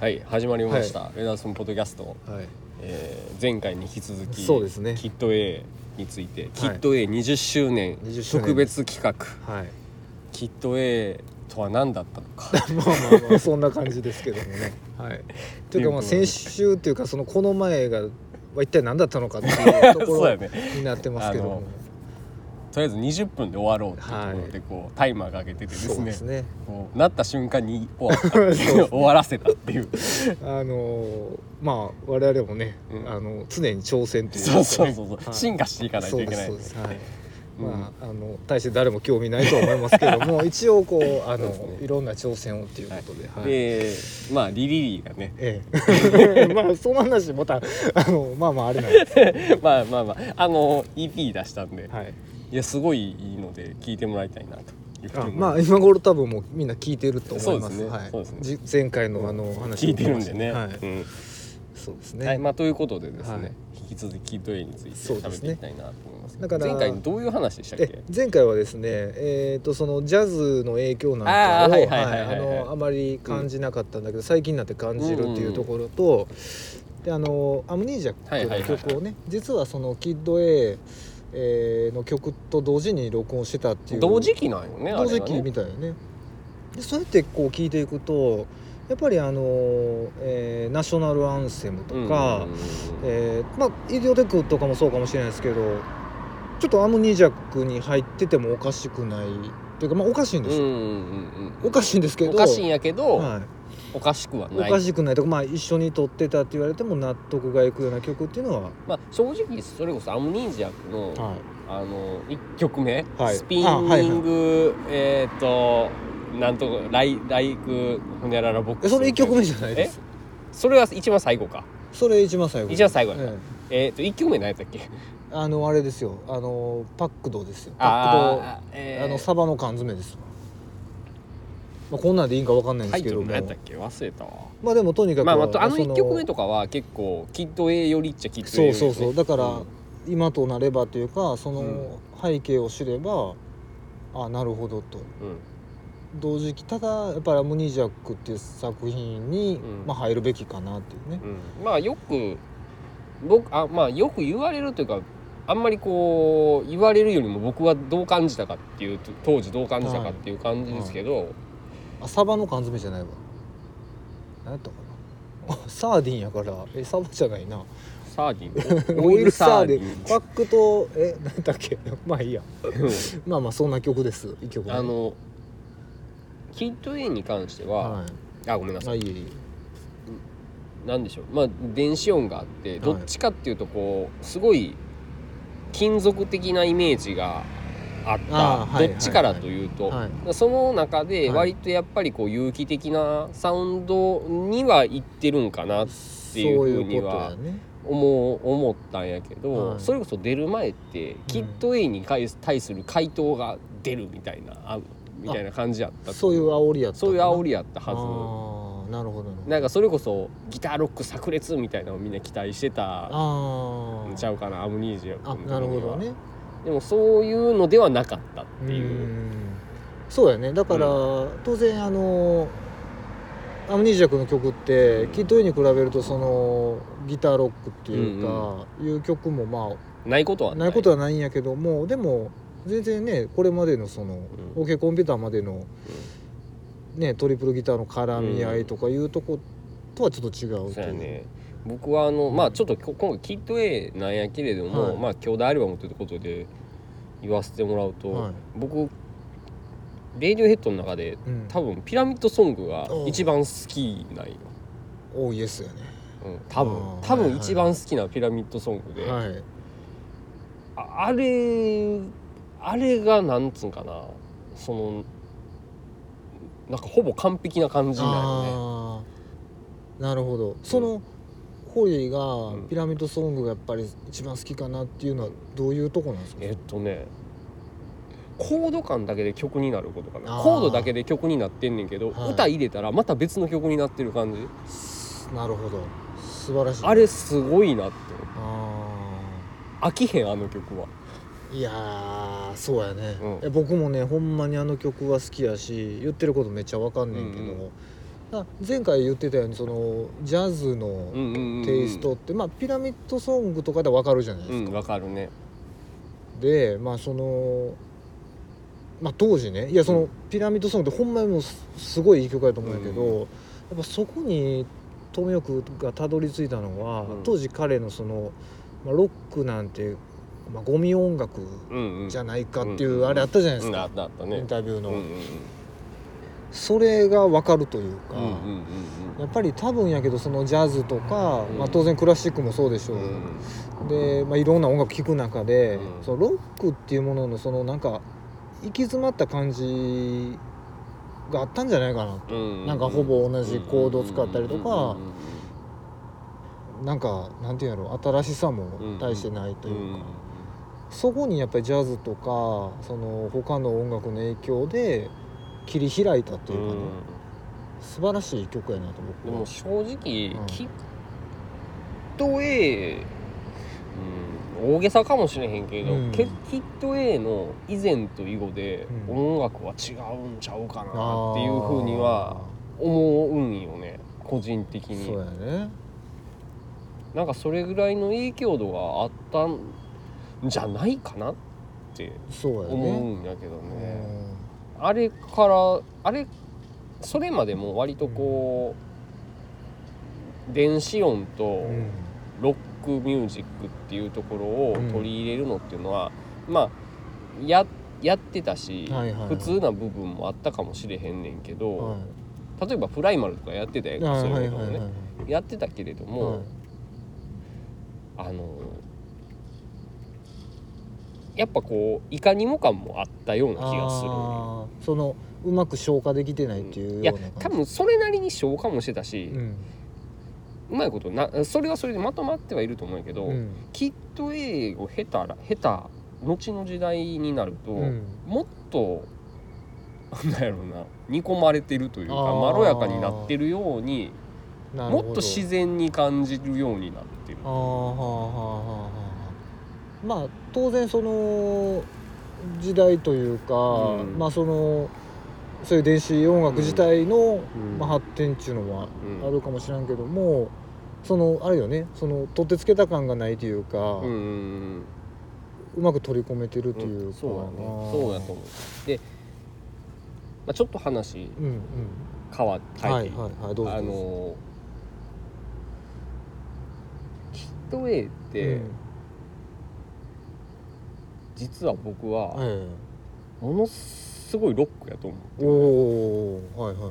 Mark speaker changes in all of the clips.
Speaker 1: はい始まりました、レダースンポッドキャスト、
Speaker 2: はい、
Speaker 1: えー前回に引き続き
Speaker 2: そうですね
Speaker 1: キット A について、キット A20 周年
Speaker 2: 20周年
Speaker 1: 特別企画
Speaker 2: はい、
Speaker 1: キット A とは何だったのか
Speaker 2: まあま あまあそんな感じですけどもね。はい、というかまあ
Speaker 1: ということで
Speaker 2: 先週というかそのこの前がは一体何だったのかっていうとこ
Speaker 1: そうや
Speaker 2: ろ
Speaker 1: ね
Speaker 2: になってますけども、
Speaker 1: とりあえず20分で終わろうっていうところでこう、タイマーかけててで
Speaker 2: そ
Speaker 1: す
Speaker 2: うで
Speaker 1: ね
Speaker 2: すね。
Speaker 1: こうなった瞬間に終わったって いう終わらせたっていう
Speaker 2: あのーまあ我々もね、
Speaker 1: うん
Speaker 2: あの常に挑戦というか
Speaker 1: そう
Speaker 2: ね
Speaker 1: そうそうそう、
Speaker 2: はい
Speaker 1: 進化していかない
Speaker 2: そ
Speaker 1: と
Speaker 2: う
Speaker 1: い
Speaker 2: で
Speaker 1: けない
Speaker 2: すそうです。はい。
Speaker 1: うん
Speaker 2: まあ、あの大して誰も興味ないとは思いますけど も一応こうあ
Speaker 1: そう
Speaker 2: の
Speaker 1: ですね
Speaker 2: いろんな挑戦をということで、はい
Speaker 1: でまあリリリーがね
Speaker 2: ええ、 まあその話またあのまあまああれなんですけ
Speaker 1: まあまあまああの EP 出したんで、
Speaker 2: ど、はい、
Speaker 1: いやすごいいいので聞いてもらいたいなというふうに
Speaker 2: あ
Speaker 1: 思い
Speaker 2: まあ
Speaker 1: す
Speaker 2: 今頃多分もうみんな聞いてると思います
Speaker 1: そうですね
Speaker 2: はい
Speaker 1: そうですね
Speaker 2: じ前回のあの話
Speaker 1: 聞いてるんでね、
Speaker 2: はい、
Speaker 1: うん
Speaker 2: そうです
Speaker 1: はい
Speaker 2: ね、
Speaker 1: まあということでですね、
Speaker 2: はい
Speaker 1: 引き続きキット A について
Speaker 2: そうで
Speaker 1: 喋っ
Speaker 2: す
Speaker 1: て
Speaker 2: ね
Speaker 1: いきたいなと思いますけど
Speaker 2: だから
Speaker 1: 前回どういう話でしたっけ
Speaker 2: え前回はですねえっ、とそのジャズの影響なん
Speaker 1: あー
Speaker 2: か
Speaker 1: は
Speaker 2: をはいい
Speaker 1: はいはいはい
Speaker 2: あのあまり感じなかったんだけど、最近になって感じるっていうところと、であの「アムニージャ」っていう曲を
Speaker 1: は
Speaker 2: ね、
Speaker 1: いはいはい
Speaker 2: 実はそのキッド A えーの曲と同時に録音してたっていう
Speaker 1: 同時期なんよねあ
Speaker 2: 同
Speaker 1: れ
Speaker 2: 時
Speaker 1: が
Speaker 2: 期
Speaker 1: ね
Speaker 2: みたいよねでそうやってこう聞いていくとやっぱりあの、えーナショナルアンセムとか、えーまあイデオテックとかもそうかもしれないですけどちょっとアムニージャックに入っててもおかしくないというかまあおかしいん
Speaker 1: うん
Speaker 2: で
Speaker 1: うん
Speaker 2: す
Speaker 1: う
Speaker 2: よ、
Speaker 1: んうん
Speaker 2: おかしいんですけど
Speaker 1: おかしいんやけど、
Speaker 2: はい、
Speaker 1: おかしくは
Speaker 2: お
Speaker 1: ない
Speaker 2: かしくないとか、まあ、一緒に撮ってたって言われても納得がいくような曲っていうのは、
Speaker 1: まあ、正直それこそアムニージアの、
Speaker 2: は
Speaker 1: あの1曲目、
Speaker 2: はい
Speaker 1: スピンニング、えっ、となんとかライライクホニャララボッ
Speaker 2: い、
Speaker 1: ク
Speaker 2: え
Speaker 1: ス
Speaker 2: それ1曲目じゃないです
Speaker 1: それは一番最後か
Speaker 2: それ一番最後
Speaker 1: 一番最後や
Speaker 2: え
Speaker 1: った
Speaker 2: え
Speaker 1: えっ、と1曲目何やったっけ
Speaker 2: あのあれですよあのパックドですよパックド
Speaker 1: あー、えー
Speaker 2: あのサバの缶詰です、まあ、こんなんでいいんかわかんないん
Speaker 1: タ
Speaker 2: で
Speaker 1: イ
Speaker 2: すけ
Speaker 1: ト
Speaker 2: ど
Speaker 1: ル
Speaker 2: も
Speaker 1: 何やったっけ忘れたわ
Speaker 2: まあでもとにかく
Speaker 1: まあ、まあ、あの
Speaker 2: そ
Speaker 1: 1曲目とかは結構キッド A よりっちゃキッド
Speaker 2: そ
Speaker 1: A より、
Speaker 2: うそうそうだから、
Speaker 1: うん
Speaker 2: 今となればというかそ
Speaker 1: うん
Speaker 2: の背景を知れば、あなるほどと
Speaker 1: うん
Speaker 2: 同時期ただやっぱり「アムニージャック」っていう作品に、
Speaker 1: うん
Speaker 2: まあ、入るべきかなっていうね、
Speaker 1: うんまあよく僕あまあよく言われるというかあんまりこう言われるよりも僕はどう感じたかっていうと当時どう感じたかっていう感じですけど、
Speaker 2: あサバの缶詰じゃないわ何やったかな あサーディンやからえサバじゃないな
Speaker 1: サーディン
Speaker 2: オイルサーデ
Speaker 1: オイル
Speaker 2: ィンパックとえ何だっけ まあいいや
Speaker 1: サーディン
Speaker 2: まあまあそんな曲です一曲
Speaker 1: うん
Speaker 2: 目
Speaker 1: あのキッド A に関しては、
Speaker 2: は、
Speaker 1: あごめんないさ
Speaker 2: あ
Speaker 1: い
Speaker 2: いいえいい
Speaker 1: なんでしょうまあ電子音があってどっちかっていうとこうすごい金属的なイメージがあった
Speaker 2: あーはい
Speaker 1: どっちからというと、
Speaker 2: えはい
Speaker 1: その中で
Speaker 2: はい
Speaker 1: 割とやっぱりこう有機的なサウンドにはいってるんかな
Speaker 2: そ
Speaker 1: て
Speaker 2: う
Speaker 1: いうふう
Speaker 2: い
Speaker 1: に
Speaker 2: うこと
Speaker 1: は
Speaker 2: やね
Speaker 1: 思う思ったんやけど、
Speaker 2: はい
Speaker 1: それこそ出る前ってキッド A に対す対する回答が出るみたいなあみたいな感じやったと
Speaker 2: そういう煽りやった
Speaker 1: そういう煽
Speaker 2: り
Speaker 1: りやったはず。
Speaker 2: ああなるほどなるほど
Speaker 1: なんかそれこそギターロック炸裂みたいなのをみんな期待してた
Speaker 2: あ
Speaker 1: ん
Speaker 2: ー
Speaker 1: ちゃうかなアムニージア
Speaker 2: あ
Speaker 1: の時には
Speaker 2: なるほどね
Speaker 1: でもそういうのではなかったっ
Speaker 2: う
Speaker 1: ていう、
Speaker 2: んそうやねだから、当然あのアムニージャ君の曲って、キッド・エに比べるとそのギターロックっていうか、いう曲もま
Speaker 1: ないことは
Speaker 2: あ
Speaker 1: ない
Speaker 2: ないことはないんやけどもでも全然ねこれまでのその、
Speaker 1: うん
Speaker 2: OK コンピューターまでの、ねトリプルギターの絡み合いとかいうとことはちょっと違うと
Speaker 1: そう
Speaker 2: い
Speaker 1: や
Speaker 2: う、
Speaker 1: ね僕はあのまあちょっとこ今回キッド A なんやけれども、
Speaker 2: はい
Speaker 1: まあ兄弟アルバムということで言わせてもらうと、
Speaker 2: はい
Speaker 1: 僕レイディオヘッドの中で
Speaker 2: うん、
Speaker 1: 多分ピラミッドソングが一番好きなんよ、
Speaker 2: 多いですよね
Speaker 1: うん、多
Speaker 2: あ
Speaker 1: 分
Speaker 2: ー
Speaker 1: 多
Speaker 2: はい
Speaker 1: 分
Speaker 2: はい
Speaker 1: 一番好きなピラミッドソングで、
Speaker 2: はい
Speaker 1: ああれあれがなんつうんかなそのなんかほぼ完璧な感じなんよね
Speaker 2: あーなるほどその、ホ
Speaker 1: う
Speaker 2: リー
Speaker 1: ん
Speaker 2: がピラミッドソングがやっぱり一番好きかなっていうのはどういうとこなんですか、
Speaker 1: えっとねコード感だけで曲になることかな
Speaker 2: あー
Speaker 1: コードだけで曲になってんねんけど、
Speaker 2: はい
Speaker 1: 歌入れたらまた別の曲になってる感じ
Speaker 2: なるほど素晴らしい
Speaker 1: あれすごいなって
Speaker 2: あ
Speaker 1: 飽きへんあの曲は
Speaker 2: ーいやーそうやね
Speaker 1: うん、
Speaker 2: え僕もねほんまにあの曲は好きやし言ってることめっちゃわかんねんけど、
Speaker 1: うんう
Speaker 2: あ前回言ってたようにそのジャズの
Speaker 1: うんうんうん
Speaker 2: テイストって、まあ、ピラミッドソングとかでわかるじゃないで
Speaker 1: う
Speaker 2: す
Speaker 1: ん
Speaker 2: か。
Speaker 1: わかるね
Speaker 2: でまあその、まあ、当時ねいやそうの
Speaker 1: ん
Speaker 2: ピラミッドソングってほんまにもうすすごいいい曲やと思うんやけど、
Speaker 1: うん
Speaker 2: やっぱそこに富岡がたどり着いたのは、
Speaker 1: うん
Speaker 2: 当時彼のその、まあ、ロックなんて、まあ、ゴミ音楽
Speaker 1: うんうん
Speaker 2: じ
Speaker 1: ゃ
Speaker 2: ゃないかってい
Speaker 1: うんう
Speaker 2: う
Speaker 1: ん
Speaker 2: あれあったじゃないです
Speaker 1: あ
Speaker 2: か
Speaker 1: っ、たあった
Speaker 2: イン
Speaker 1: ね
Speaker 2: タビュー
Speaker 1: う
Speaker 2: の、
Speaker 1: んうん
Speaker 2: それが分かるという
Speaker 1: うん
Speaker 2: か。
Speaker 1: うんうん
Speaker 2: やっぱり多分やけどそのジャズとか、
Speaker 1: うん
Speaker 2: まあ、当然クラシックもそうでしょ
Speaker 1: う
Speaker 2: う、
Speaker 1: んうん
Speaker 2: で、まあ、いろんな音楽聴く中で、
Speaker 1: うん
Speaker 2: そのロックっていうもののそのなんか行き詰まった感じがあったんじゃないかな
Speaker 1: ううん
Speaker 2: なんかほぼ同じコードを使ったりとか
Speaker 1: うんうん
Speaker 2: なんかなんていうんやろ新しさも大してないといううか、
Speaker 1: んうん
Speaker 2: そこにやっぱりジャズとかその他の音楽の影響で切り開いたというかね、素晴らしい曲やなと
Speaker 1: で
Speaker 2: 僕は
Speaker 1: も正直、
Speaker 2: うん
Speaker 1: きっと A、うん、大げさかもしれへんけれど、
Speaker 2: うん
Speaker 1: けきっと A の以前と以後で
Speaker 2: うん
Speaker 1: 音楽は違うんちゃうかな
Speaker 2: あー
Speaker 1: っていうふうには思うんよね個人的
Speaker 2: そう
Speaker 1: に
Speaker 2: やね
Speaker 1: なんかそれぐらいの影響度があったんじゃないかなって
Speaker 2: そうやね
Speaker 1: 思うんやけど
Speaker 2: う
Speaker 1: ね。
Speaker 2: ん
Speaker 1: あれからあれそれまでも割とこう、電子音と
Speaker 2: うん
Speaker 1: ロックミュージックっていうところを
Speaker 2: うん
Speaker 1: 取り入れるのっていうのは、まあややってたし、
Speaker 2: はいはいはい
Speaker 1: 普通な部分もあったかもしれへんねんけど、
Speaker 2: は
Speaker 1: 例えば「プライマル」とかやってたや
Speaker 2: い、
Speaker 1: んかそう
Speaker 2: はいいう
Speaker 1: の
Speaker 2: は
Speaker 1: も
Speaker 2: い
Speaker 1: ね、
Speaker 2: はい
Speaker 1: やってたけれども、
Speaker 2: はい
Speaker 1: あのやっぱこういかにも感もあったような気がするんよ
Speaker 2: あーそのうまく消化できてないっていう
Speaker 1: いや
Speaker 2: ような感じ
Speaker 1: 多分それなりに消化もしてたし、うまいことなそれはそれでまとまってはいると思うんやけど、
Speaker 2: うんうん
Speaker 1: きっと英語下手ら下手後の時代になると、
Speaker 2: うん
Speaker 1: もっとなんやろうな煮込まれてるというか
Speaker 2: あー
Speaker 1: まろやかになってるように
Speaker 2: なるほ
Speaker 1: も
Speaker 2: ど
Speaker 1: っと自然に感じるようになってる
Speaker 2: あーはあはあはあはあまあ当然その時代というか、
Speaker 1: うん
Speaker 2: まあそのそういう電子音楽自体の、
Speaker 1: うん
Speaker 2: まあ、発展っていうのは
Speaker 1: うん
Speaker 2: あるかもしれんけども、そのあれよねその取ってつけた感がないというか、
Speaker 1: う
Speaker 2: うん
Speaker 1: うん
Speaker 2: まく取り込めてると
Speaker 1: う
Speaker 2: い
Speaker 1: んう
Speaker 2: うんか、
Speaker 1: そうやねそうやと思うで、まあ、ちょっと話
Speaker 2: うんうん
Speaker 1: 変わっ変
Speaker 2: は
Speaker 1: えて
Speaker 2: い
Speaker 1: いい
Speaker 2: はいはいどうぞ
Speaker 1: あ
Speaker 2: どうぞ
Speaker 1: のキットウェイって、
Speaker 2: うん
Speaker 1: 実は僕は
Speaker 2: え
Speaker 1: ものすごいロックやと思う、
Speaker 2: え、おおはいはいはい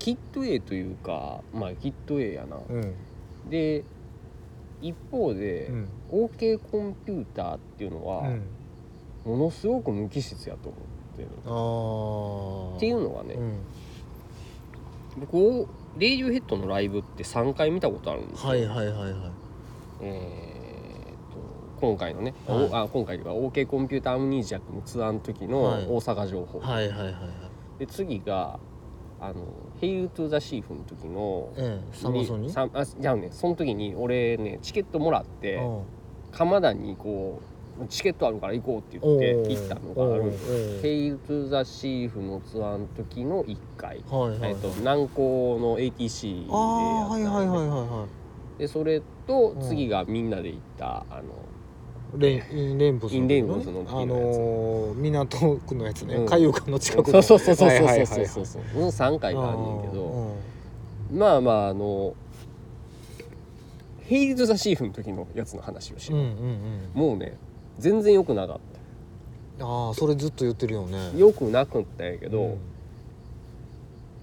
Speaker 1: キットウェイというかまあキットウェイやな、
Speaker 2: うん
Speaker 1: で一方で、
Speaker 2: うん
Speaker 1: OK コンピューターっていうのは、
Speaker 2: うん
Speaker 1: ものすごく無機質やと思ってる
Speaker 2: ああ
Speaker 1: っていうのはね、
Speaker 2: うん
Speaker 1: 僕レイジュヘッドのライブって3回見たことあるんですよ、
Speaker 2: はいはいはいはい
Speaker 1: えーっと今回のね、
Speaker 2: はい
Speaker 1: おあ今回が OK コンピューターアムニージアックのツアーの時の
Speaker 2: はい
Speaker 1: 大阪情報、
Speaker 2: はいはいはいはい
Speaker 1: で次があの「Hail to the Sea」の時の
Speaker 2: ええサマソニ
Speaker 1: にさあじゃあねその時に俺ねチケットもらって
Speaker 2: うんお
Speaker 1: 鎌田にこうチケットあるから行こうって言
Speaker 2: お
Speaker 1: って行ったのがあるんですよ「
Speaker 2: え
Speaker 1: Hail
Speaker 2: え
Speaker 1: to the Sea」のツアーの時の1回、
Speaker 2: はいはい
Speaker 1: えっと南港の ATC でやった
Speaker 2: ああ
Speaker 1: の
Speaker 2: は
Speaker 1: ね
Speaker 2: いはいはいはいは
Speaker 1: でそれと次がみんなで行った、あの
Speaker 2: いレインインレインボス
Speaker 1: インレインボスの
Speaker 2: ね
Speaker 1: ピ
Speaker 2: あ
Speaker 1: ーのやつ
Speaker 2: のー港区のやつ
Speaker 1: う
Speaker 2: ね
Speaker 1: ん
Speaker 2: 海遊館の近く
Speaker 1: そう
Speaker 2: の
Speaker 1: そうそうそう
Speaker 2: はいはい
Speaker 1: そ
Speaker 2: は
Speaker 1: う
Speaker 2: い
Speaker 1: そうそうそううん3回があんねんけど、
Speaker 2: うん
Speaker 1: まあまああのヘイルド・ザ・シーフの時のやつの話をし
Speaker 2: う
Speaker 1: よう、
Speaker 2: んうん
Speaker 1: もうね全然良くなかっ
Speaker 2: うんああそれずっと言ってるよね
Speaker 1: た良くなくったんやけど、
Speaker 2: うん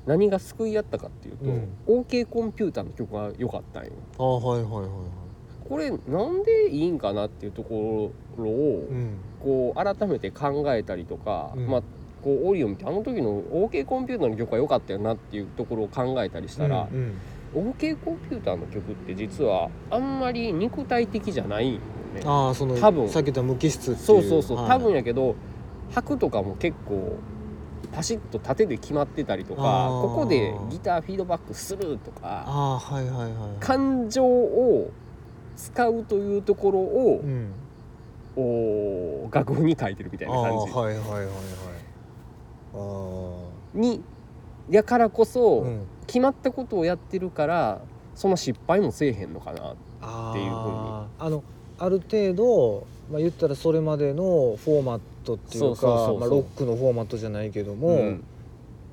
Speaker 1: 何が救いあったかっていうと、
Speaker 2: うん
Speaker 1: OK コンピューターの曲が良かったんよ
Speaker 2: ああはいはいはいはい
Speaker 1: これなんでいいんかなっていうところを、
Speaker 2: うん
Speaker 1: こう改めて考えたりとか、
Speaker 2: うん
Speaker 1: まあこうオリオンってあの時の OK コンピューターの曲が良かったよなっていうところを考えたりしたら
Speaker 2: う、んうん
Speaker 1: OK コンピューターの曲って実はあんまり肉体的じゃないんよね。
Speaker 2: ああその
Speaker 1: 多分
Speaker 2: 避けた無機質っていう
Speaker 1: そうそうそう、
Speaker 2: はい
Speaker 1: 多分やけど拍とかも結構パシッと縦で決まってたりとか
Speaker 2: あー
Speaker 1: ここでギターフィードバックするとか
Speaker 2: ああはいはいはいはい
Speaker 1: 感情を使うというところを
Speaker 2: う、ん
Speaker 1: おー楽譜に書いてるみたい
Speaker 2: あ
Speaker 1: な
Speaker 2: あ
Speaker 1: 感じ
Speaker 2: はいはいはいはいああ
Speaker 1: にやからこそ、
Speaker 2: うん
Speaker 1: 決まったことをやってるからその失敗もせえへんのかな
Speaker 2: あ
Speaker 1: っていうふうに
Speaker 2: ーあのある程度、まあ、言ったらそれまでのフォーマットってい
Speaker 1: そううそうそうそ
Speaker 2: か
Speaker 1: う
Speaker 2: まあロックのフォーマットじゃないけども、
Speaker 1: うん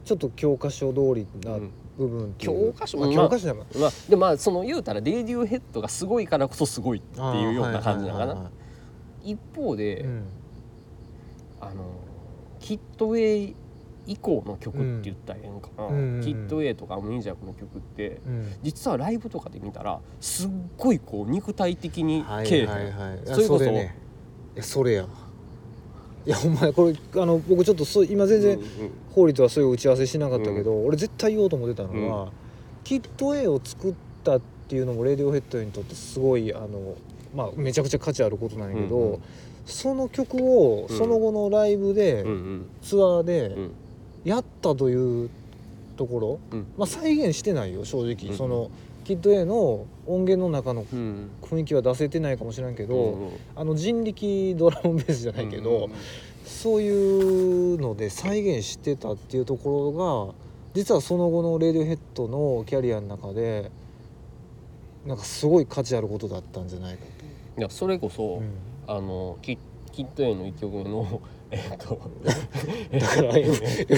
Speaker 2: ちょっと教科書通りな
Speaker 1: うん
Speaker 2: 部分っていう、
Speaker 1: 教科書
Speaker 2: まあ
Speaker 1: まあ
Speaker 2: 教科書じゃない
Speaker 1: まあ、でまあその言うたらレディオヘッドがすごいからこそすごいって
Speaker 2: あー
Speaker 1: いうような感じなのか
Speaker 2: はいは
Speaker 1: な一方で、
Speaker 2: いはいはいうん
Speaker 1: あのキットウェイ以降の曲って言ったらええんかな、
Speaker 2: うんうんうん
Speaker 1: キットウェイとかムニジャクの曲って
Speaker 2: うん
Speaker 1: 実はライブとかで見たらすっごいこう肉体的に
Speaker 2: はい
Speaker 1: けえへん、
Speaker 2: はいはいいや
Speaker 1: それこそ
Speaker 2: れねいやそれやいやお前これあの僕ちょっとそう今全然
Speaker 1: うんうん
Speaker 2: 法律はそういう打ち合わせしなかったけど、俺絶対言おうと思ってたのは、キット A を作ったっていうのもレディオヘッドにとってすごいあの、まあ、めちゃくちゃ価値あることなんやけど、
Speaker 1: うんうん
Speaker 2: その曲を
Speaker 1: うん
Speaker 2: その後のライブで、
Speaker 1: うんうん
Speaker 2: ツアーで
Speaker 1: うん
Speaker 2: やったというところ、
Speaker 1: うん
Speaker 2: まあ、再現してないよ正直、
Speaker 1: うん
Speaker 2: そのキット A の音源の中の
Speaker 1: うん
Speaker 2: 雰囲気は出せてないかもしれんけど、
Speaker 1: うん
Speaker 2: あの人力ドラムベースじゃないけど、
Speaker 1: うん
Speaker 2: そういうので再現してたっていうところが実はその後のレディオヘッドのキャリアの中でなんかすごい価値あることだったんじゃないか
Speaker 1: いやそれこそ、
Speaker 2: と、
Speaker 1: あのキキットウェイの一曲目のえっと
Speaker 2: だから「エ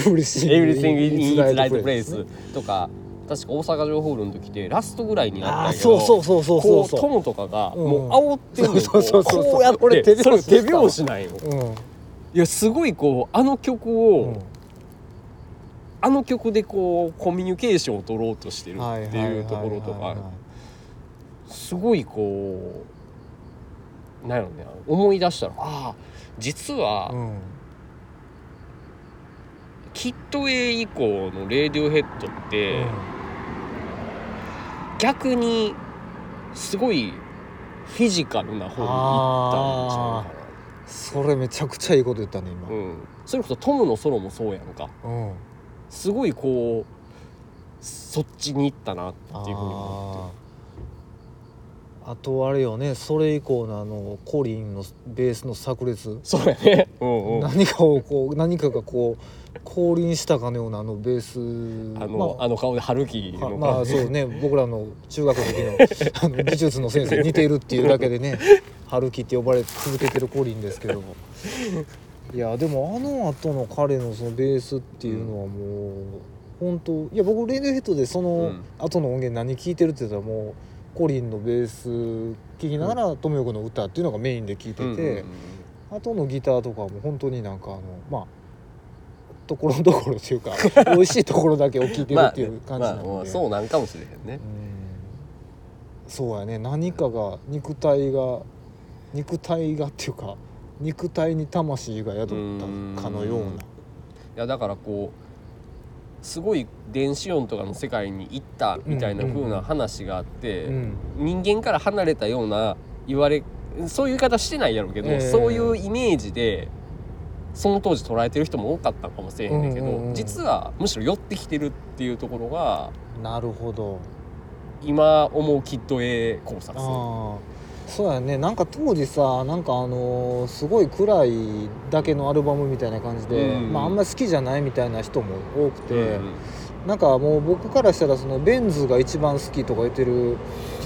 Speaker 2: ブリシング・
Speaker 1: エブリ i ング・イン・イ
Speaker 2: It's
Speaker 1: ズ・ライト・プ
Speaker 2: Right
Speaker 1: レイス
Speaker 2: Place ね」
Speaker 1: とか確か大阪城ホールの時でラストぐらいになっ
Speaker 2: あ
Speaker 1: た
Speaker 2: あ
Speaker 1: んやけど
Speaker 2: そうそうそうそ
Speaker 1: こ
Speaker 2: うそう
Speaker 1: うト
Speaker 2: そ
Speaker 1: ムとかが
Speaker 2: うん
Speaker 1: もう煽ってんのよ
Speaker 2: そうそうそうそう
Speaker 1: こうやって
Speaker 2: 俺手拍子
Speaker 1: それ
Speaker 2: した
Speaker 1: 手拍子ないよ
Speaker 2: う、うん
Speaker 1: いやすごいこうあの曲を、あの曲でこうコミュニケーションを取ろうとしてる
Speaker 2: はい
Speaker 1: っ
Speaker 2: は
Speaker 1: て
Speaker 2: いはいいう
Speaker 1: ところと
Speaker 2: はいは
Speaker 1: かすごいこうなんやろね思い出したらああ実はい
Speaker 2: うん
Speaker 1: キット A 以降のレディオヘッドって逆にすごいフィジカルな方に行ったんちゃ
Speaker 2: それめちゃくちゃいいこと言ったね今
Speaker 1: うかな、うん、それこそトムのソロもそうやんか
Speaker 2: うん
Speaker 1: すごいこうそっちに行ったなっていうふうに思
Speaker 2: あーあとあれよねそれ以降のあのコリンのベースの炸裂
Speaker 1: ってそうやねうんうん
Speaker 2: 何かをこう何かがこう降臨したかのようなあのベース
Speaker 1: あの、
Speaker 2: ま
Speaker 1: あ、の顔で春樹
Speaker 2: は
Speaker 1: の
Speaker 2: ま
Speaker 1: 顔
Speaker 2: あ
Speaker 1: で、
Speaker 2: そうね僕らの中学の時の あの技術の先生似てるっていうだけでね春樹って呼ばれ続けてるコリンですけどもいやでもあの後の彼のそのベースっていうのはもう、本当いや僕レイディオヘッドでその
Speaker 1: ん
Speaker 2: 後の音源何聴いてるって言ったらもうコリンのベース聴きながら智代子の歌っていうのがメインで聴いて
Speaker 1: うんうん
Speaker 2: て、後のギターとかも本当になんかあのまあところどころというか美味しいところだけを聴いてるっていう感じなので、
Speaker 1: まあまあそうなんかもしれへんね
Speaker 2: うんそうやね何かが肉体が肉体がっていうか肉体に魂が宿ったかのよう
Speaker 1: うんいやだからこうすごい電子音とかの世界に行ったみたいな風な話があって、
Speaker 2: な、うん
Speaker 1: 人間から離れたような言われそういう言い方してないやろうけど、
Speaker 2: ええ
Speaker 1: そういうイメージでその当時捉えてる人も多かったかもしれへんねんけど、
Speaker 2: うんうんうん
Speaker 1: 実はむしろ寄ってきてるっていうところが
Speaker 2: なるほど
Speaker 1: 今思うキッド A 考察。
Speaker 2: ああそうやねなんか当時さなんかあのーすごい暗いだけのアルバムみたいな感じで、
Speaker 1: うん
Speaker 2: まあ、あんまり好きじゃないみたいな人も多く
Speaker 1: う
Speaker 2: て、
Speaker 1: んうん
Speaker 2: なんかもう僕からしたらそのベンズが一番好きとか言ってる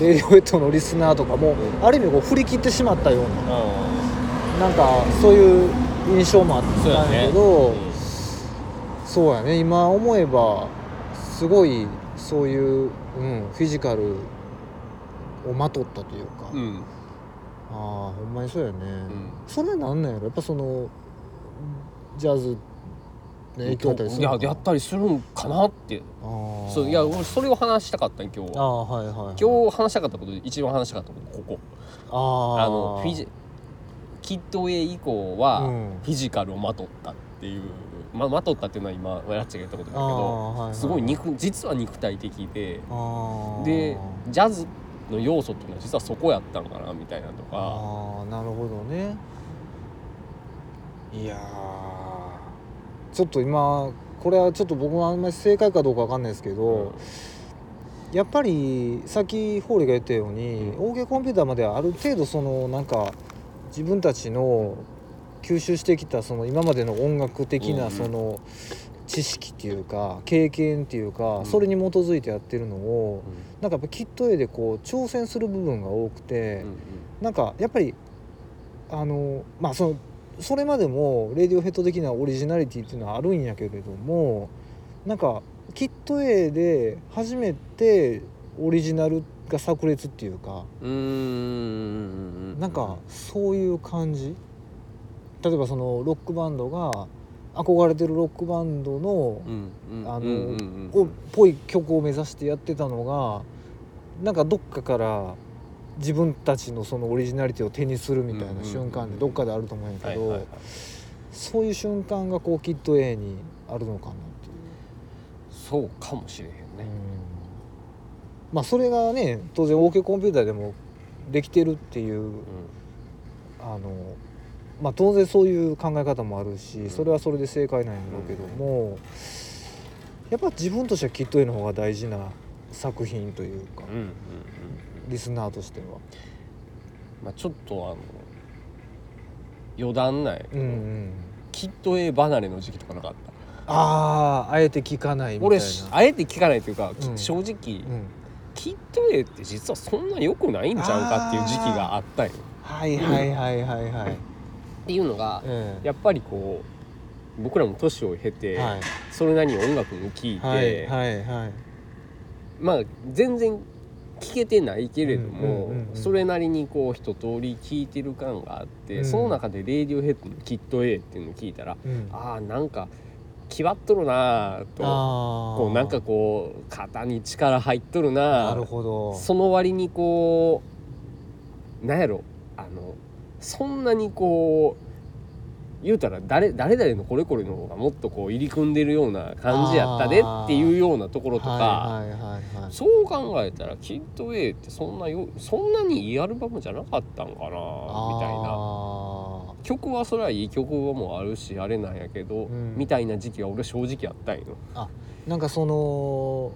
Speaker 2: レイディオヘッドのリスナーとかもある意味こう振り切ってしまったようななんかそういう印象もあったんやけ
Speaker 1: そうや
Speaker 2: ど
Speaker 1: ねうん
Speaker 2: そうやね今思えばすごいそういう、うん、フィジカルをまとったというか、
Speaker 1: う
Speaker 2: あ
Speaker 1: ん
Speaker 2: あほんまにそうやね、
Speaker 1: うん
Speaker 2: それはなんなんやろやっぱそのジャズの影響だったりす
Speaker 1: い
Speaker 2: るの
Speaker 1: や
Speaker 2: か
Speaker 1: やったりするんかなって
Speaker 2: あー
Speaker 1: そういや俺それを話したかったん今日
Speaker 2: あ
Speaker 1: は
Speaker 2: あはいはいはい
Speaker 1: 今日話したかったこと一番話したかったことここ
Speaker 2: あ
Speaker 1: あ
Speaker 2: あ
Speaker 1: のフィジキッド A 以降
Speaker 2: う
Speaker 1: は
Speaker 2: ん
Speaker 1: フィジカルをまとったっていう、ままとったっていうのは今わらっちが言ったことだけど
Speaker 2: あーはは
Speaker 1: すごい肉実は肉体的で
Speaker 2: あー
Speaker 1: でジャズの要素っていうのは実はそこやったのかなみたいなとか
Speaker 2: ああなるほどねいやーちょっと今これはちょっと僕はあんまり正解かどうかわかんないですけど、やっぱりさっきホーリーが言ったように、
Speaker 1: う
Speaker 2: OK コンピューターまである程度そのなんか自分たちの吸収してきたその今までの音楽的
Speaker 1: う
Speaker 2: なんその知識っていうか経験っていうか、
Speaker 1: うん
Speaker 2: それに基づいてやってるのをなんかやっぱキット A でこう挑戦する部分が多くて、なんかやっぱりあのまあそのそれまでもレディオヘッド的なオリジナリティっていうのはあるんやけれどもなんかキット A で初めてオリジナルが炸裂っていうか
Speaker 1: うんうん
Speaker 2: なんかそういう感じ例えばそのロックバンドが憧れてるロックバンドの
Speaker 1: うんうん
Speaker 2: あの
Speaker 1: うんうんう
Speaker 2: をっ
Speaker 1: ん
Speaker 2: ぽい曲を目指してやってたのがなんかどっかから自分たちのそのオリジナリティを手にするみたいな瞬間ってどっかであると思うんや
Speaker 1: は
Speaker 2: け
Speaker 1: いはいはい
Speaker 2: どそういう瞬間がこうキッド A にあるのかなっていう。
Speaker 1: そうかもしれへん
Speaker 2: うん
Speaker 1: ね
Speaker 2: まあそれがね当然 OK コンピューターでもできてるっていうあのまあ当然そういう考え方もあるしそれはそれで正解なんやろうけどもやっぱ自分としてはキッド A の方が大事な作品というか
Speaker 1: うんうんうんうん
Speaker 2: リスナーとしては。
Speaker 1: まあちょっとあの余談ない
Speaker 2: うんうん、
Speaker 1: きっと A 離れの時期とかなかった
Speaker 2: あああえて聞かないみたいな。
Speaker 1: 俺あえて聞かないというか、き
Speaker 2: うん
Speaker 1: 正直、
Speaker 2: うん、
Speaker 1: キット A って実はそんな良くないんちゃうかっていう時期があったんよ。
Speaker 2: はいはいはいはいはい。
Speaker 1: っていうのが、
Speaker 2: ええ
Speaker 1: やっぱりこう僕らも年を経て、
Speaker 2: はい
Speaker 1: それなりに音楽も聴いて、
Speaker 2: はいはいはい。
Speaker 1: まあ全然聴けてないけれども、
Speaker 2: うんうんうんうん
Speaker 1: それなりにこう一通り聴いてる感があって、
Speaker 2: うん
Speaker 1: その中で「レイディオヘッドのキット A」っていうのを聞いたら、
Speaker 2: うん、
Speaker 1: ああなんか気張っとるなあと
Speaker 2: あー
Speaker 1: こうなんかこう肩に力入っとるな
Speaker 2: な
Speaker 1: あ
Speaker 2: るほど。
Speaker 1: その割にこうなんやろあのそんなにこう言うたら誰誰々のこれこれの方がもっとこう入り組んでるような感じやったで
Speaker 2: あー
Speaker 1: っていうようなところとか、
Speaker 2: はいはいはいはい。
Speaker 1: そう考えたらキッド A ってそんなよそんなにいいアルバムじゃなかったんかなみたいな
Speaker 2: あ
Speaker 1: 曲はそれはいい曲もあるしあれなんやけど、
Speaker 2: うん
Speaker 1: みたいな時期は俺正直あったんよ。
Speaker 2: ーなんかその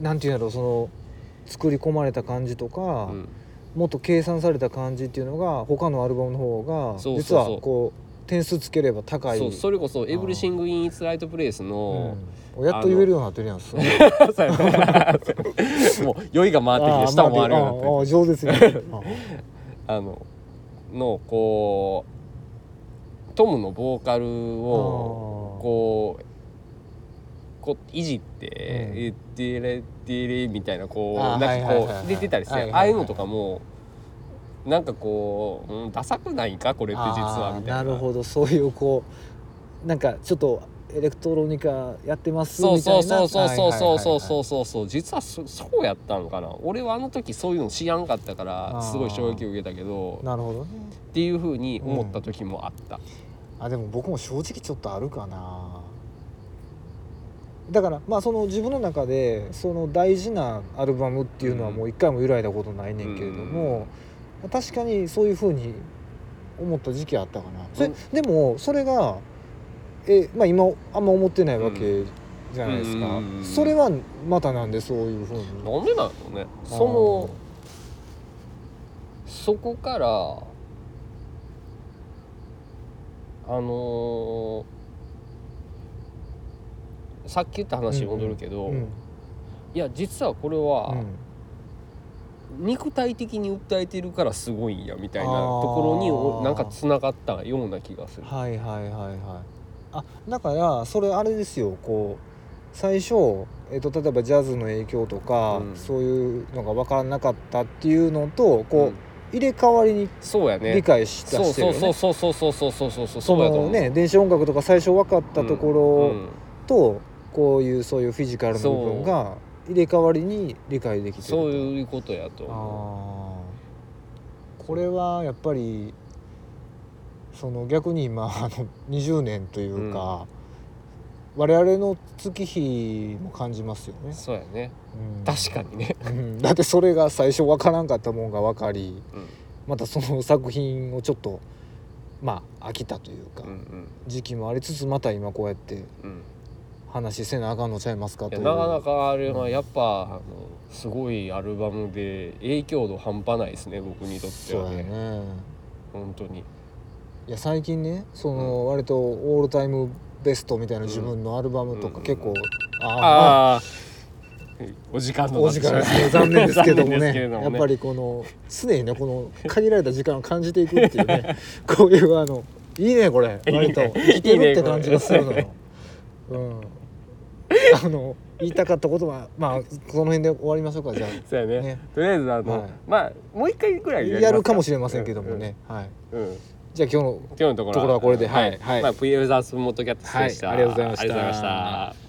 Speaker 2: なんていうんだろうその作り込まれた感じとか、
Speaker 1: うん
Speaker 2: もっと計算された感じっていうのが他のアルバムの方が
Speaker 1: そうそう
Speaker 2: 実
Speaker 1: そう
Speaker 2: はこう点数つければ高い。
Speaker 1: そうそれこそ「
Speaker 2: ー
Speaker 1: エブリシング・イン・イツ・ライト・プレイス」の
Speaker 2: うん、やっと言えるようになってるやんすごい
Speaker 1: そうやなもう酔いが回ってきて舌も回るようになって
Speaker 2: ああ上手で すね
Speaker 1: あののこうトムのボーカルをこうこういじって
Speaker 2: う
Speaker 1: 「
Speaker 2: ん
Speaker 1: えってれってれ」みたいなこう
Speaker 2: あ
Speaker 1: な
Speaker 2: ー
Speaker 1: んか
Speaker 2: はいはい
Speaker 1: こ
Speaker 2: はいはいう
Speaker 1: 出てたりして
Speaker 2: はいはい
Speaker 1: あ
Speaker 2: はい
Speaker 1: あいうのとかもなんかこう、うん、ダサくないかこれって実はみたいな。
Speaker 2: なるほどそういうこうなんかちょっとエレクトロニカやってます
Speaker 1: そう
Speaker 2: みた
Speaker 1: そう
Speaker 2: いな
Speaker 1: そうそうそうそうそうそううそうそう実はそそうやったのかな俺はあの時そういうの知らんかったから
Speaker 2: あー
Speaker 1: すごい衝撃を受けたけど
Speaker 2: なるほどね
Speaker 1: っていうふうに思った時もあった、
Speaker 2: あでも僕も正直ちょっとあるかなだからまあその自分の中でその大事なアルバムっていうのはもう一回も揺らいだことないねんけれども、確かにそういうふうに思った時期あったかな、それ
Speaker 1: うん
Speaker 2: でもそれがえ、まあ、今あんま思ってないわけじゃないですか、
Speaker 1: うん
Speaker 2: それはまたなんでそういうふうに
Speaker 1: なんでなんだろうねそのそこからあのーさっき言った話に戻るけど、
Speaker 2: うんうん
Speaker 1: いや実はこれ
Speaker 2: う
Speaker 1: は
Speaker 2: ん
Speaker 1: 肉体的に訴えてるからすごいんやみたいなと
Speaker 2: あー
Speaker 1: ころにおなんかつながったような気がする。
Speaker 2: はいはいはいはいあだからそれあれですよこう最初、えっと例えばジャズの影響とか、
Speaker 1: うん
Speaker 2: そういうのが分からなかったっていうのとこう、
Speaker 1: うん
Speaker 2: 入れ替わりに
Speaker 1: そうやね
Speaker 2: 理解した
Speaker 1: そう
Speaker 2: してる
Speaker 1: そ
Speaker 2: よ
Speaker 1: うそう
Speaker 2: ね。
Speaker 1: そうそうそうそうそうそうそう
Speaker 2: そ
Speaker 1: やと思
Speaker 2: の
Speaker 1: う
Speaker 2: ね電子音楽とか最初分かったと
Speaker 1: う
Speaker 2: こ
Speaker 1: ん
Speaker 2: ろと、こういうそういうフィジカルの部分が入れ替わりに理解できてると
Speaker 1: そういうことやと思
Speaker 2: あーこれはやっぱりその逆に今あの20年というか、我々の月日も感じますよ
Speaker 1: う
Speaker 2: ね、
Speaker 1: そうやね
Speaker 2: うん
Speaker 1: 確かにね
Speaker 2: うんだってそれが最初わからんかったもんが分かり
Speaker 1: うん
Speaker 2: またその作品をちょっとまあ飽きたというか、
Speaker 1: うんうん
Speaker 2: 時期もありつつまた今こうやって
Speaker 1: うん
Speaker 2: 話せなあかんのちゃいますか
Speaker 1: い
Speaker 2: とい
Speaker 1: や
Speaker 2: う
Speaker 1: なかなかあれはやっぱあのすごいアルバムで影響度半端ないですね僕にとって
Speaker 2: そう
Speaker 1: は
Speaker 2: や
Speaker 1: ね
Speaker 2: ね
Speaker 1: 本当に
Speaker 2: いや最近ねその、
Speaker 1: う
Speaker 2: 割とオールタイムベストみたいな自分のアルバムと
Speaker 1: う
Speaker 2: か
Speaker 1: ん
Speaker 2: 結構、あー
Speaker 1: ああお時間
Speaker 2: まあ
Speaker 1: の
Speaker 2: お時間ですね残念ですけども
Speaker 1: 残念です
Speaker 2: ね
Speaker 1: けれどもね
Speaker 2: やっぱりこの常にねこの限られた時間を感じていくってい うねこういうあのいいねこれ割と生きてるって感じがするのよ。うん、あの言いたかったことはまあこの辺で終わりましょうかじゃあ。
Speaker 1: そうやね
Speaker 2: ね
Speaker 1: とりあえずあの、
Speaker 2: はい
Speaker 1: まあもう一回ぐらい
Speaker 2: やるかもしれませんけどもね、はい、
Speaker 1: うん、うんうん
Speaker 2: じゃあ今日の
Speaker 1: 今日のところ
Speaker 2: ところはこれではいはい
Speaker 1: まあ PL ザスモートキャット失礼した、
Speaker 2: はいありがとうございました
Speaker 1: ありがとうございました